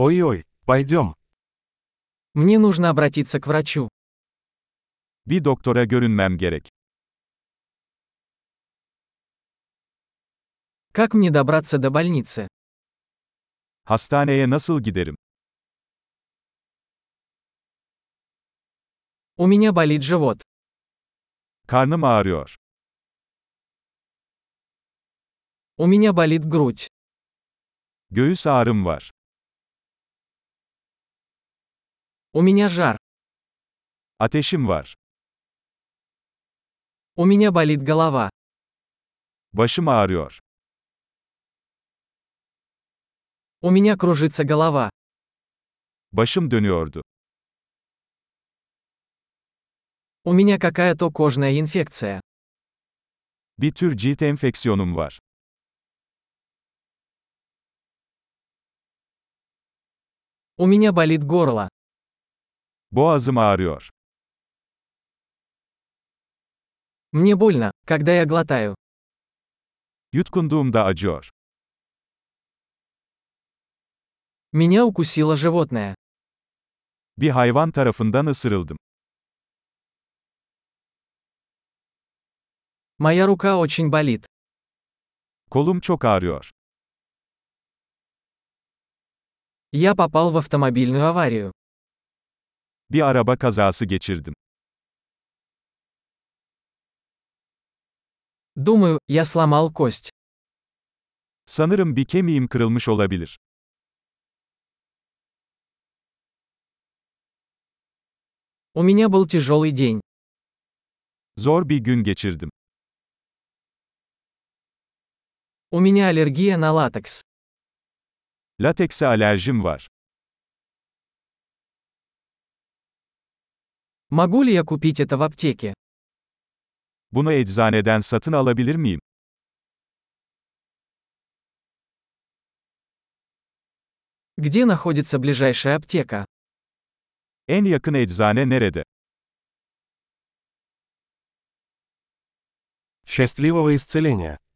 Ой-ой, пойдем. Мне нужно обратиться к врачу. Bir doktora görünmem gerek. Как мне добраться до больницы? Hastaneye nasıl giderim? У меня болит живот. Karnım ağrıyor. У меня болит грудь. Göğüs ağrım var. У меня жар. Ateşim var. У меня болит голова. Başım ağrıyor. У меня кружится голова. Başım dönüyordu. У меня какая-то кожная инфекция. Bir tür cilt enfeksiyonum var. У меня болит горло. Boğazım ağrıyor. Мне больно, когда я глотаю. Yutkunduğumda acıyor. Меня укусило животное. Bir hayvan tarafından ısırıldım. Моя рука очень болит. Kolum çok ağrıyor. Я попал в автомобильную аварию. Bir araba kazası geçirdim. Думаю, я сломал кость. Sanırım bir kemiğim kırılmış olabilir. У меня был тяжелый день. Zor bir gün geçirdim. У меня аллергия на латекс. Latekse alerjim var. Могу ли я купить это в аптеке? Bunu eczaneden satın alabilir miyim? Где находится ближайшая аптека? En yakın eczane nerede? Счастливого исцеления!